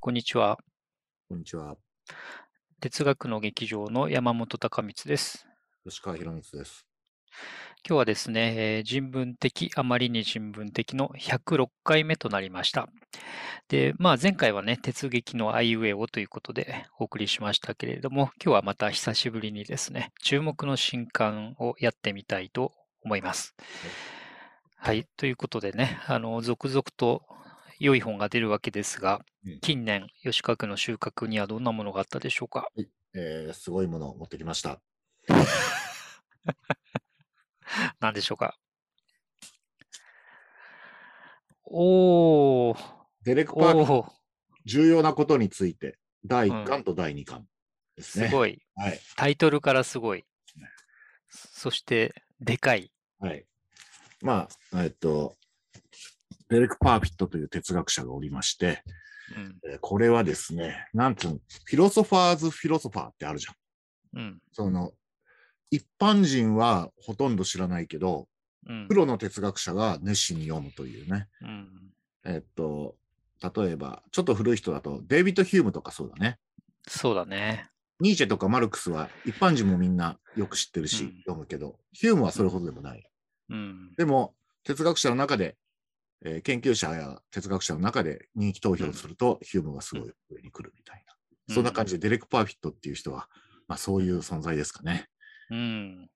こんにちは。こんにちは。哲学の劇場の山本孝光です。吉川博光です。今日はですね、えー人文的、あまりに人文的の106回目となりました。で、まあ前回はね、鉄劇のあいうえおということでお送りしましたけれども、今日はまた久しぶりにですね、注目の新刊をやってみたいと思います。はい。はい、ということでね、あの、続々と良い本が出るわけですが、うん。近年、吉川君の収穫にはどんなものがあったでしょうか。はい。えー、すごいものを持ってきました。何でしょうか。おお、デレク・パーおクのお、重要なことについて、第う1ん、巻と第2巻ですすね。ごい。はい。タイトルからすごい。そして、でかい。はい。まあ、えっと、デレク・パーフィットという哲学者がおりまして、うん、えーこれはですね、なんつうの、フィロソファーズ・フィロソファーってあるじゃん。うん、その、一般人はほとんど知らないけど、うん、プロの哲学者が熱心に読むというね。うん。えっと、例えば、ちょっと古い人だと、デイビッド・ヒュームとかそうだね。そうだね。ニーチェとかマルクスは一般人もみんなよく知ってるうし、ん、読むけど、ヒュームはうそれほん、どでもない。うん、でも、哲学者の中で、えー研究者や哲学者の中で人気投う票ん、すると、ヒュームがすうごん、い上に来るみたいな。うそんな感ん、じで、デレク・パーフィットっていう人は、まあそういう存在ですかね。うん。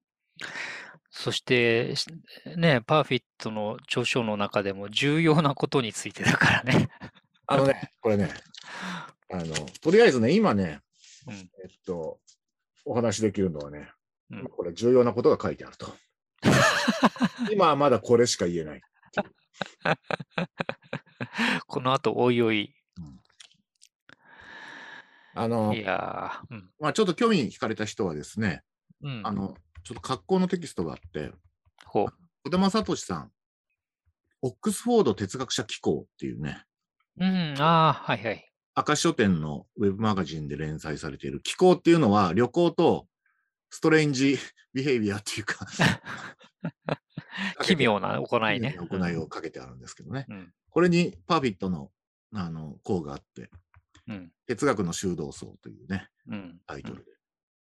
そして、しね、パーフィットの著書の中でも重要なことについてだからね。 あのね、これね、あの、とりあえずね、今ね、うん、えっと、お話しできるのはね、うまあん。これ重要なことが書いてあ ると。今はまだこれしか言えないっていう。この後、おいおい。うんあいの、やー、まあ、ちょっと興味惹かれた人はですね、うん、うあん。の、ちょっと格好のテキストがあって、ほ小田正俊さん、オックスフォード哲学者機構っていうね、う。うん、ああ、はいはい。赤石書店のウェブマガジンで連載されている機構っていうのは、旅行とストレンジ ビヘイビアっていうか、か 奇けて、妙な行奇い妙ね。なう行いん、をかけてあるんですけどね。うん、これにパーフィットの、あの、項があって、うん、哲学の修道僧というね、うん、タイうトん、ルでう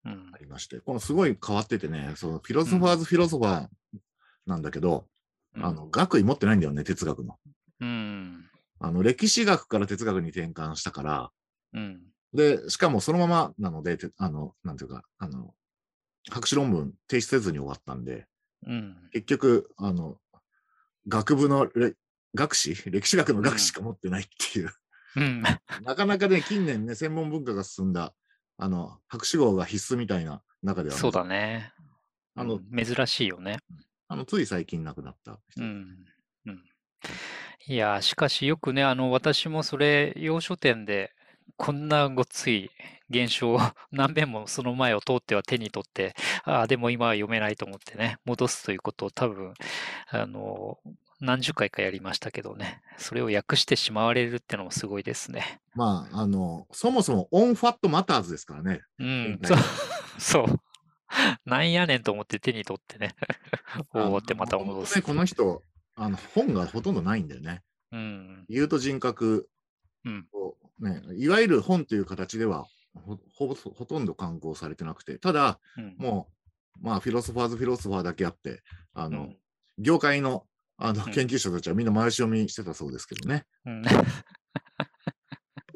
あん、りまして、このすごい変わっててね、そのフィロうソファーん、ズ・フィロソファーなんだけど、うあん。の、学位持ってないんだよね、哲学の。うんあの、歴史学から哲学に転換したから、うんで、しかもそのままなので、てあの、なんていうか、あの、博士論文提出せずに終わったんで、うん結局、あの、学部のれ、学士歴史学のう学士しんか持ってないっていう。 うんなかなかね、近年ね、専門文化が進んだ、あの、博士号が必須みたいな中で はそうね、だね。うあの、ん珍しいよね。あの、つい最近亡くなったう人で。んうんいやー、しかしよくね、あの、私もそれ、洋書店で、こんなごっつい現象を 何遍もその前を通っては手に取って、ああ、でも今は読めないと思ってね、戻すということを多分、あの、何十回かやりましたけどね、それを訳してしまわれるってのもすごいですね。まあ、あの、そもそもオンファットマターズですからね、う現ん、そ代う、の。 そう。なんやねんと思って手に取ってね、 おあの、おってまもたとも戻とすね、っこていのう。人、あの、本がほとんどないんだよね。うん、言うと人格うん、を、ね、いわゆる本という形ではほ、ほぼ、ほとんど刊行されてなくて、ただ、うん、もう、まあ、フィロソファーズ・フィロソファーだけあって、あうの、ん、業界の、あの、う研ん、究者たちはみんな前読みしてたそうですけどね。うん、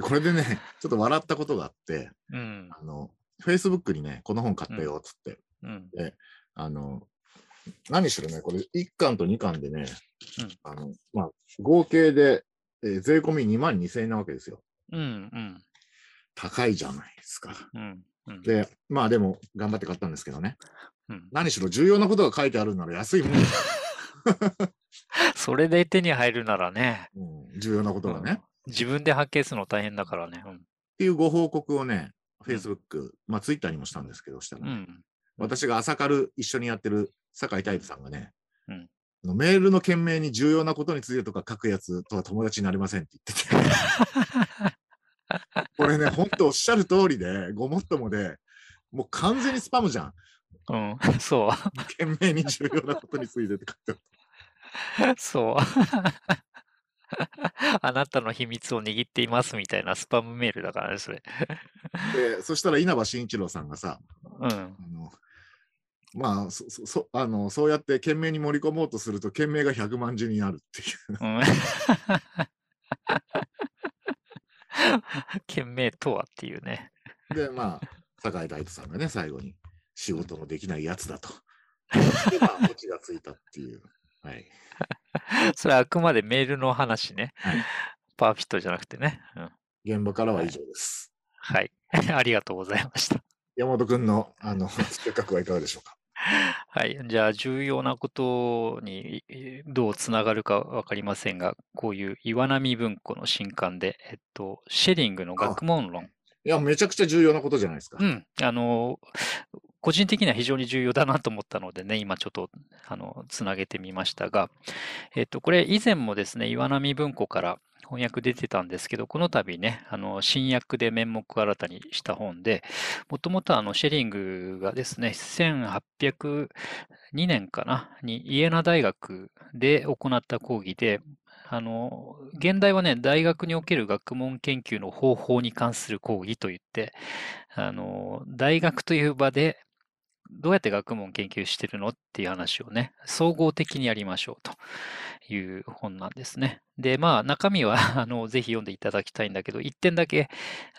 これでね、 ちょっと笑ったことがあって、うん、あの、Facebook にね、この本買っうたん、よ、つって。うん、で、あの、何しろね、これ1巻と2巻でね、うん。あの、まあ、合計で、えー税込み2万2000円なわけですよ。うんうん高いじゃないですか。うんうんで、まあでも、頑張って買ったんですけどね。うん。何しろ重要なことが書いてあるなら安 いもんですよ。それで手に入るならね、うん、重要なこうとがん、ね。自分で発見するの大変だからね。っていうご報告をね、うん Facebook、まあ Twitter にもしたんですけど、したらうね、んうん私が朝から一緒にやってる酒井う太一んさんがね、うん。あのメールの件名に重要なことについてとか書くやつとは友達になれませんって言ってて、 これね、ほんとおっしゃる通りで、ごもっともで、もう完全にスパムじゃん。うん、うん そう、懸命に重要なことについてって書いてある。そう。 あなたの秘密を握っていますみたいなスパムメールだからね、それ。で、そしたら稲葉慎一郎さんがさ、うん。あのまあそそそあの、そうやって懸命に盛り込もうとすると、懸命が100万字になるっていう。うん 懸命とはっていうね。で、まあ、酒井大斗さんがね、最後に仕事のできないやつだと。で、まあ、オチがついたっていう。はい。それはあくまでメールの話ね。はいパーフィットじゃなくてね。うん現場からは以上です。はい。 ありがとうございました。山本君の、あの、せっかくはいかがでしょうか。はい。じゃあ、重要なことにえーどうつながるかわかりませんが、こういう岩波文庫の新刊で、えっと、シェリングの学問論。いや、めちゃくちゃ重要なことじゃないですか。うん。あの、個人的には非常に重要だなと思ったのでね、今ちょっと、あの、つなげてみましたが、えっと、これ以前もですね、岩波文庫から翻訳出てたんですけど、この度ね、あの、新訳で面目を新たにした本で、もともとあの、シェリングがですね、1802年かな、にイエナ大学で行った講義で、あの、現代はね、大学における学問研究の方法に関する講義といって、あの、大学という場で、どうやって学問研究してるのっていう話をね、総合的にやりましょうという本なんですね。で、まあ、中身は あのぜひ読んでいただきたいんだけど、一点だけ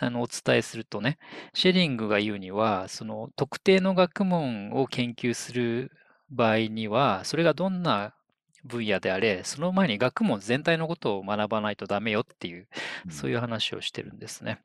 あのお伝えするとね、シェリングが言うには、その特定の学問を研究する場合には、それがどんな分野であれ、その前に学問全体のことを学ばないとダメよっていう、そういう話をしてるんですね。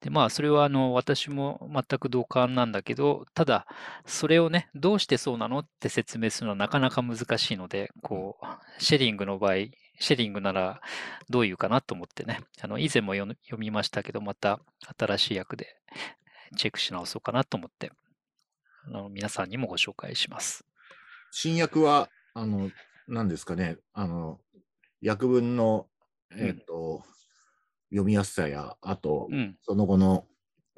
でまあそれはあの私も全く同感なんだけどただそれをねどうしてそうなのって説明するのはなかなか難しいのでこうシェリングの場合シェリングならどういうかなと思ってねあの以前も読ん読みましたけどまた新しい訳でチェックし直そうかなと思ってあの皆さんにもご紹介します。新薬は、あの、何ですかね、あの、薬文の、えっ、と、読みやすさや、あとう、ん、その後の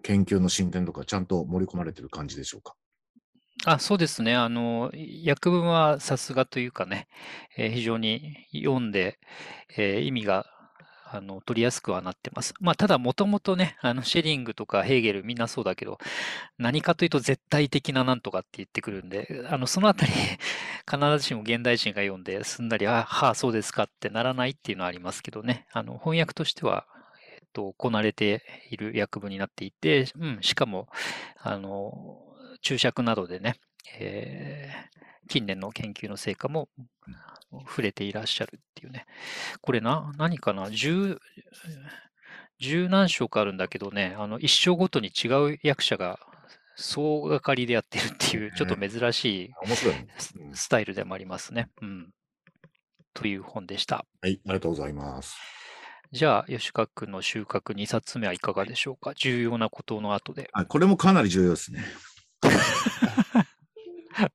研究の進展とか、ちゃんと盛り込まれてる感じでしょうか。あ、そうですね。あの、訳文はさすがというかね、えー非常に読んで、えー意味があの取りやすくはなってます。まあ、ただ、もともとね、あのシェリングとかヘーゲル、みんなそうだけど、何かというと絶対的ななんとかって言ってくるんで、あのそのあたり、必ずしも現代人が読んですんなり、あ、はあ、そうですかってならないっていうのはありますけどね、あの翻訳としては、えっと、こなれている訳文になっていて、うん、しかも、あの、注釈などでね、えー近年の研究の成果もあの触れていらっしゃるっていうね。これな、何かな、十、十何章かあるんだけどね、あの、一章ごとに違う役者が総がかりでやってるっていう、ちょっと珍しい面白いね。スうんスタイルでもありますね。うん。という本でした。はい、ありがとうございます。じゃあ、吉川君の収穫2冊目はいかがでしょうか重要なことの後で。あこれもかなり重要ですね。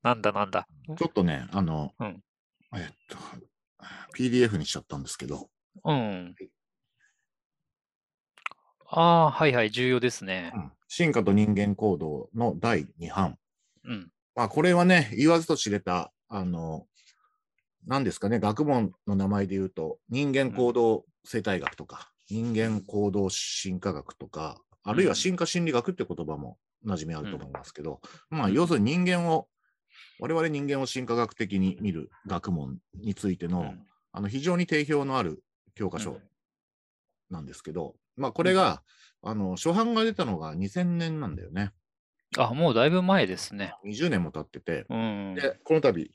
なんだなんだ。ちょっとね、あの、うんえっと、PDF にしちゃったんですけど、うん。ああー、はいはい、重要ですね。進化と人間行動の第2版。うん。まあ、これはね、言わずと知れた、あの、何ですかね、学問の名前で言うと、人間行動生態学とか、人間行動進化学とか、あるいは進化心理学って言葉も馴染みあると思いますけど、まあ、要するに人間を、我々人間を進化学的に見る学問についての、うんあの非常に定評のある教科書なんですけど、まあこれが、あの初版が出たのが2000年なんだよね。あ、もうだいぶ前ですね。 20年も経ってて、うん。でこの度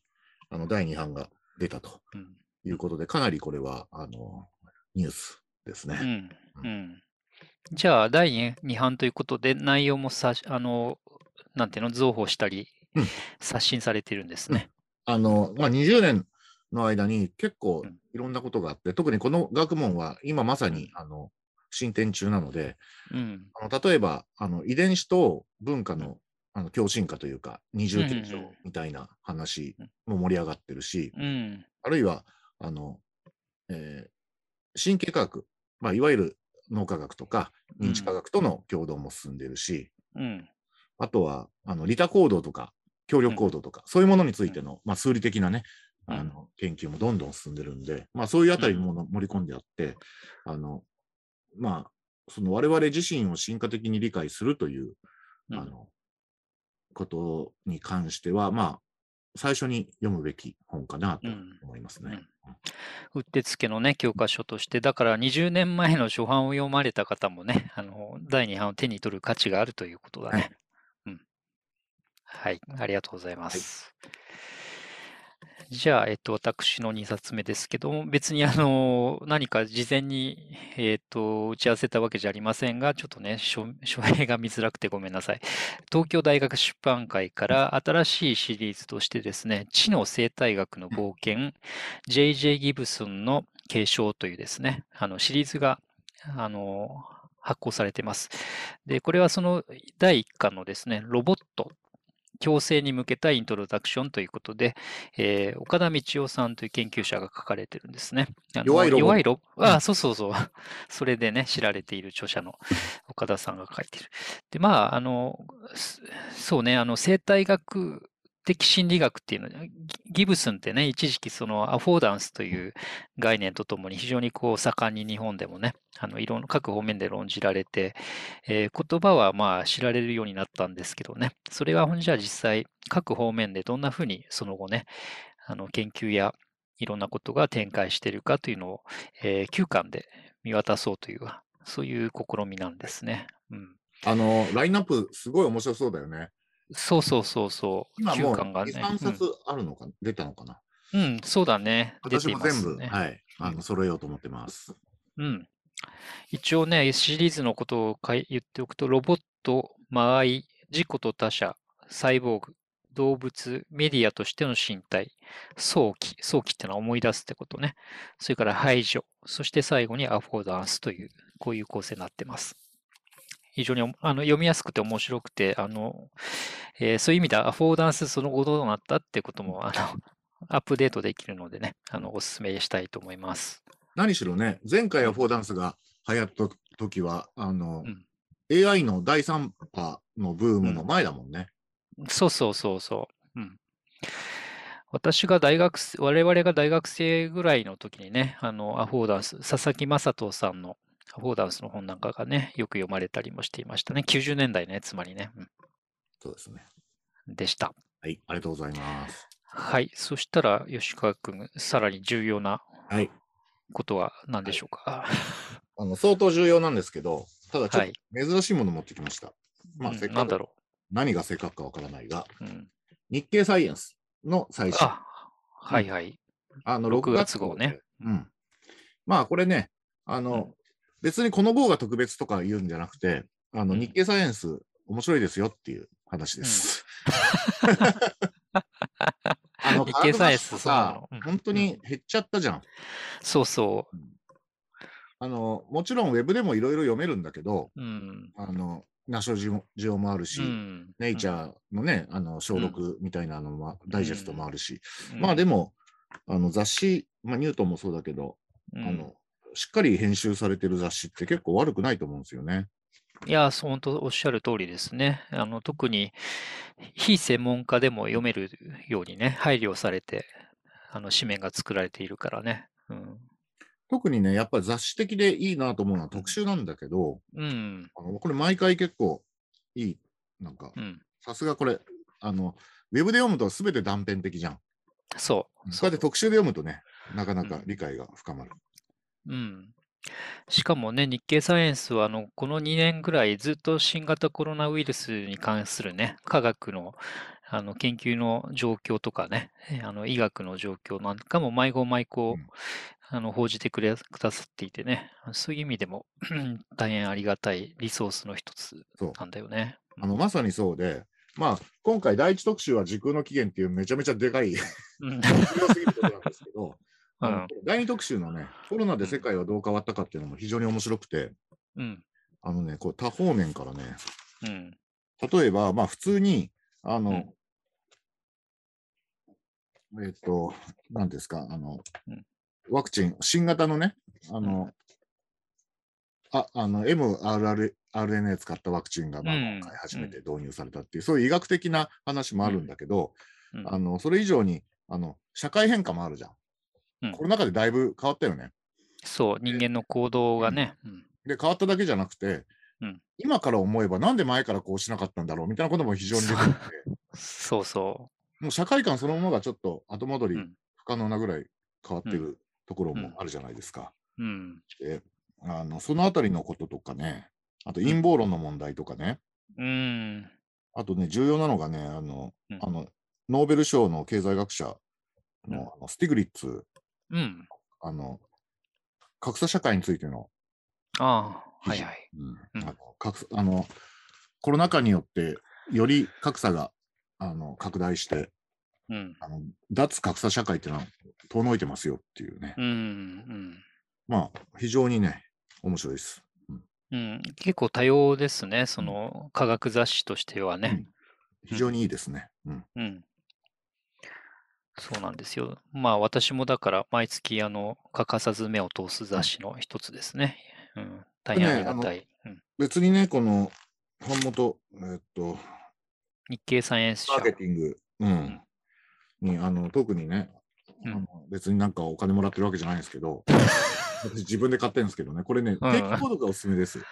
あの第2版が出たとうんいうことで、かなりこれはあのニュースですうね。ん。うん。じゃあ、第2版ということで、内容もさし、あの、なんていうの、増補したりうん、刷新されてるんですね。あのまあ、20年の間に結構うんいろんなことがあって、特にこの学問は今まさにあの進展中なので、うん。あの例えばあの遺伝子と文化のあの共振化というか二重結晶うんうんうんみたいな話も盛り上がってるし、うん。あるいはあの、えー神経科学、まあ、いわゆる脳科学とか認知科学との共同も進んでるし、うん。あとはあの利他行動とか協力行動とか、そういうものについての、まあ、数理的なねあの研究もどんどん進んでるんで、まあ、そういうあたりもの盛り込んであって、あのまあ、その我々自身を進化的に理解するという、うんあのことに関しては、まあ、最初に読むべき本かなと思いますね。うってつけのね、教科書として、だから20年前の初版を読まれた方もね、 あの第2版を手に取る価値があるということだね。はいうん、はい、ありがとうございます。じゃあ、えっと、私の2冊目ですけども、別にあの何か事前に、えっと、打ち合わせたわけじゃありませんが、ちょっとね、書書名が見づらくてごめんなさい。東京大学出版会から新しいシリーズとしてですね、知の生態学の冒険、J.J. ギブスンの継承というですね、あのシリーズがあの発行されています。で、これはその第1巻のですね、ロボット、共生に向けたイントロダクションということで、えー岡田道夫さんという研究者が書かれてるんですね。あの弱いロボ弱いロボ。ああ、そうそうそう。 それでね、知られている著者の岡田さんが書いてる。で、まあ、あの、すそうね、あの生態学的心理学っていうのは、ギギブスンってね、一時期そのアフォーダンスという概念とともに非常にこう盛んに日本でもね、あのいろんな各方面で論じられて、えー言葉はまあ知られるようになったんですけどね、それがほんじゃあ実際各方面でどんなふうにその後ね、あの研究やいろんなことが展開しているかというのを、え9巻で見渡そうという、そういう試みなんですね。うん、あのラインナップ、すごい面白そうだよね。そうそうそうそう、今もう9巻がね2、、3うん冊あるのか、出たのかな。うん、そうだね。出私ていもます全部、ねはい、あの揃えようと思ってます。うん。一応ね、シリーズのことをかい言っておくと、ロボット、間合い、自己と他者、サイボーグ、動物、メディアとしての身体、早期、早期ってのは思い出すってことね。それから排除、そして最後にアフォーダンスという、こういう構成になってます。非常におもあの読みやすくて面白くて、あのえーそういう意味ではアフォーダンスその後どうなったってこともあのアップデートできるのでね、あのおすすめしたいと思います。何しろね、前回アフォーダンスが流行った時は、あの、うん AI の第3波のブームの前だもんね。そうそうそうそう。うん。私が大学生、我々が大学生ぐらいの時にね、あの、アフォーダンス、佐々木正人さんのアフォーダンスの本なんかがね、よく読まれたりもしていましたね。90年代ね、つまりね。そうですね。うん、でした。はい、ありがとうございます。はい。そしたら、吉川君、さらに重要なはい。ことは何でしょうか。あの、相当重要なんですけど、ただちょはっい。と珍しいもの持ってきました。まあ、うんせっなかんだくろ何が正確かわからないが、う。うん、日経サイエンスの最新。あ、はいはい。あの6 6月月号号ねね。うん、まあこれね、あの、うん別にこの号が特別とか言うんじゃなくて、あのうん日経サイエンス面白いですよっていう話 です。あの日経サイエンス科学雑誌とそうなのさ、うん本当に減っちゃったじゃん。そうそあのもちろんウェブでもいろいろ読めるんだけど、う。うん。あのナショジオジオもあるし、うん。ネイチャーのね、あの小6みたいなのも、ダイジェストもあるし、うん、まあでも、あの雑誌、まあ、ニュートンもそうだけど、うん、あの、しっかり編集されてる雑誌って結構悪くないと思うんですよね。いや、そう本当おっしゃる通りですね。あの特に非専門家でも読めるようにね、配慮されて、あの紙面が作られているからね。うん。特にね、やっぱり雑誌的でいいなと思うのは特集なんだけど、うん。あのこれ毎回結構いい、なんかう、ん。さすがこれ、あの、ウェブで読むと全て断片的じゃん。そそうやって特集で読むとね、なかなか理解が深まる。う。うん。しかもね、日経サイエンスはあのこの2年ぐらいずっと新型コロナウイルスに関するね、科学のあの研究の状況とかね、えあの医学の状況なんかも毎号毎号、うんあの報じてくれくださっていてね、そういう意味でも 大変ありがたいリソースの一つそうなんだよね。あの、まさにそうで、まあ、今回第一特集は時空の起源っていうめちゃめちゃで かい、うん重要すぎることなんですけど、う あのん第二特集のね、コロナで世界はどう変わったかっていうのも非常に面白くて、うんあのね、こう多方面からね、うん例えば、まあ、普通に、あの、えっ、と、何ですか、あのうん、ワクチン、新型のね、あの、ああの mRNA 使ったワクチンが、まあ、うん今回初めて導入されたっていう、そういう医学的な話もあるんだけど、うんあのそれ以上にあの、社会変化もあるじゃん。うんコロナ禍でだいぶ変わったよね。そう、人間の行動がね。うんで、変わっただけじゃなくて、うん今から思えば、なんで前からこうしなかったんだろうみたいなことも非常に出てくるんで、そうそもう社会観そのものがちょっと後戻りうん不可能なぐらい変わってるところうもんあるじゃないですか。う。うん。であのそのあたりのこととかね、あと陰謀論の問題とかね、うん。あとね、重要なのがね、あの、うんあのノーベル賞の経済学者の,、うんあのスティグリッツ、うん。あの、格差社会についての、ああ、はいはい。うんあの格差あの、コロナ禍によって、より格差があの拡大してうん。あの、脱格差社会っていうのは遠のいてますよっていうね、うん。うん。まあ、非常にね、面白いです。うん、結構多様ですね、そうんの科学雑誌としてはね。非常にいいですね。うん、うん。そうなんですよ。まあ私もだから毎月あの欠かさず目を通す雑誌の一つですね。うん。大変ありがたい。うん、別にね、この版元、えっと、日経サイエンス社マー。ケティング、うん、にあの特にね、うんあの別になんかお金もらってるわけじゃないんですけ ど、私自分で買ってるんですけどね、これね、うん定期購読がおすすめです。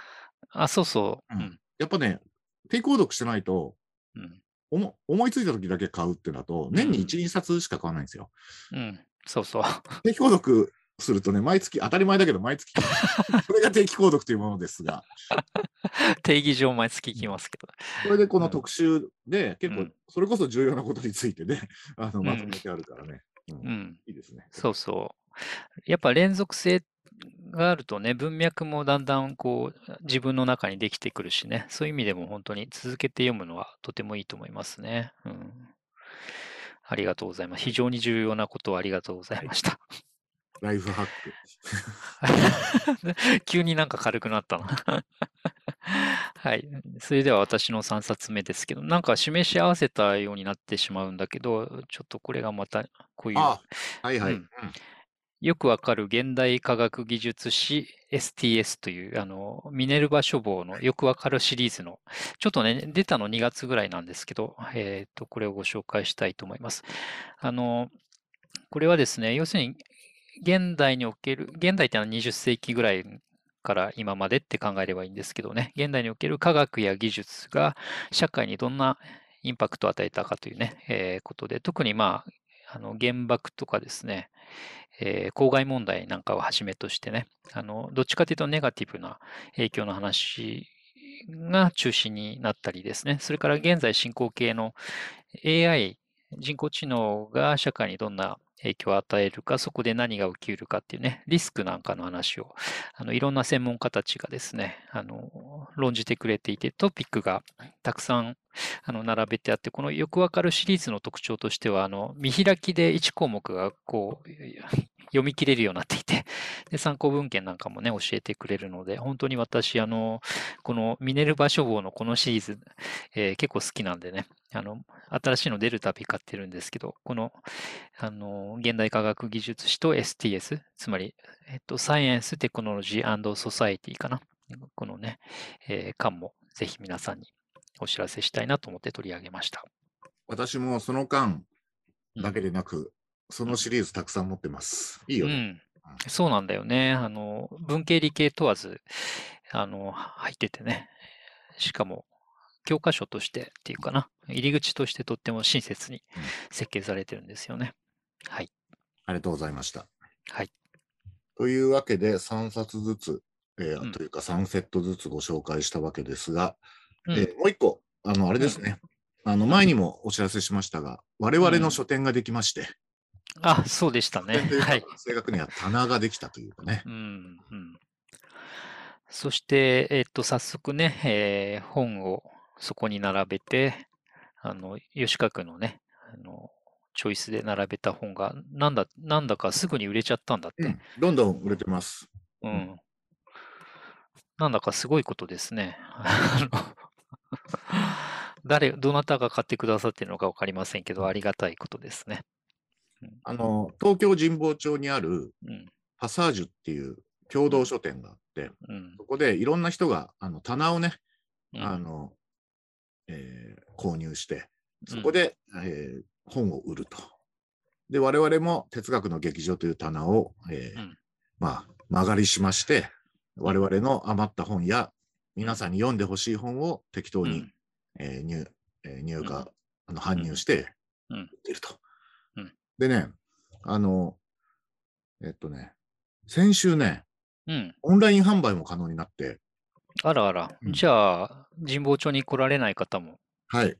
あ、そうそう。ううんん。やっぱね、定期購読してないと、うん。おも思いついた時だけ買うってなと、年に1、2冊しか買わないんですよ。うん。そうそう。 定期購読するとね、毎月、当たり前だけど、毎月、 これが定期購読というものですが、定義上毎月きますけど。これでこうのん特集で、結う構ん、それこそ重要なことについてね、 あのんまとめてあるからね、うんうん。いいですね。そうそう。やっぱ連続性があるとね、文脈もだんだんこう自分の中にできてくるしね、そういう意味でも本当に続けて読むのはとてもいいと思いますね。うん。ありがとうございます。非常に重要なことをありがとうございました。 ライフハック。急になんか軽くなったな。 はい。それでは私の3冊目ですけど、なんか示し合わせたようになってしまうんだけど、ちょっとこれがまたこういうあはいはい。ううんんよくわかる現代科学技術誌 STS というあのミネルヴァ書房のよくわかるシリーズのちょっとね出たの2月ぐらいなんですけど、えー、とこれをご紹介したいと思います。あのこれはですね要するに現代における現代ってのは20世紀ぐらいから今までって考えればいいんですけどね現代における科学や技術が社会にどんなインパクトを与えたかというね、えーことで特にまああの原爆とかですね、えー公害問題なんかをはじめとしてねあのどっちかというとネガティブな影響の話が中心になったりですねそれから現在進行形の AI 人工知能が社会にどんな影響を与えるかそこで何が起きるかっていうねリスクなんかの話をあのいろんな専門家たちがですねあの論じてくれていてトピックがたくさんあの並べてあって、このよくわかるシリーズの特徴としては、あの見開きで1項目がこう 読み切れるようになっていてで、参考文献なんかもね、教えてくれるので、本当に私、あのこのミネルヴァ書房のこのシリーズ、えー結構好きなんでねあの、新しいの出るたび買ってるんですけど、このあの現代科学技術史と STS、つまり、えっと、サイエンス、テクノロジーソサエティかな。このね、えー、巻もぜひ皆さんにお知らせしたいなと思って取り上げました。私もその間だけでなく、そのシリーズたくさん持ってます。いいようね。ん、そうなんだよね。あの文系理系問わずあの入っててね。しかも教科書としてっていうかな入り口としてとっても親切にうん設計されてるんですよね。はいありがとうございました。はいというわけで、3冊ずつ、えーうんというか3セットずつご紹介したわけですが、うんえーもう一個、あの、あれですね。あの、前にもお知らせしましたが、我々の書店ができまして、あそうでした ね書店という。かはい。正確には棚ができたというかね。うんうんそして、えっと、早速ね、えー本をそこに並べて、あの、吉川君のね、あの、チョイスで並べた本が、なんだ、なんだかすぐに売れちゃったんだっうてん。どんどん売れてます。うんん。なんだかすごいことですね。あの 誰、どなたが買ってくださってるのか分かりませんけど、ありがたいことですね。あの、東京神保町にあるうん、パサージュっていう共同書店があって、うん、そこでいろんな人があの棚をね、うんあの、えー購入して、うんそこで、えー本を売るとで、我々も哲学の劇場という棚を、えーうんまあ、間借りしまして、我々の余った本や、皆さんに読んでほしい本を適当うに、んえー入えー入荷、あの搬入してうんうん売ってると。うんでね、あの、えっとね、先週ね、うん。オンライン販売も可能になって、あらあら。うんじゃあ、神保町に来られない方もはい、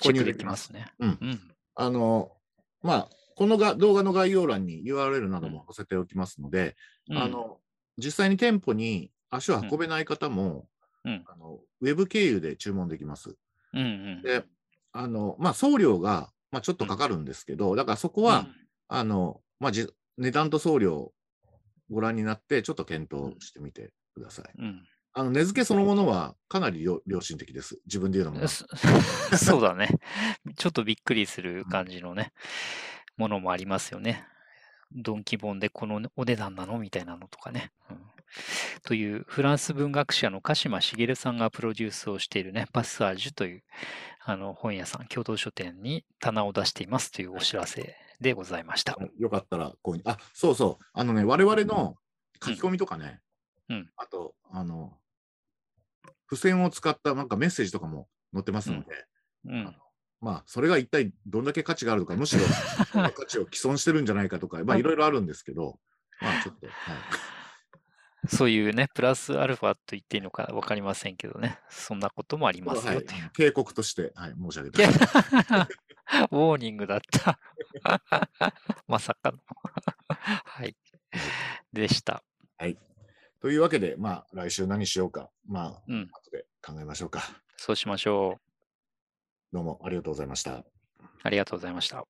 チェックできますね。購入できうん。あの、まあ、このが動画の概要欄に URL なども載せておきますので、うんあ、の、実際に店舗に足を運べない方も、うんあのウェブ経由で注文できます。うんうん。で、あの、まあ、送料が、まあ、ちょっとかかるんですけど、だからそこは、あの、まあ、じ値段と送料をご覧になって、ちょっと検討してみてください。うん、あの、値付けそのものはかなり良良心的です。自分で言うのもう。なんんですそ そうだね。ちょっとびっくりする感じのね、ものもありますよね。ドンキ本でこのお値段なのみたいなのとかね、うんというフランス文学者の鹿島茂さんがプロデュースをしているね、パッサージュというあの本屋さん、共同書店に棚を出していますというお知らせでございました。よかったらこう、あ、そうそう。あのね、我々の書き込みとかね、うんあと、あの、付箋を使ったなんかメッセージとかも載ってますので、うん、まあ、それが一体どんだけ価値がある のか、むしろその価値を毀損してるんじゃないかとか、まあ、いろいろあるんですけど、まあ、ちょっと、はい、そういうね、プラスアルファと言っていいのか分かりませんけどね、そんなこともあり ますはよいという。警告として、はい、申し上げいてやます。ウォーニングだった。 まさかの。はい。でした。というわけで、まあ、来週何しようか、まあ、うん。後で考えましょうか。そうしましょどうもありがとうございました。う。ありがとうございました。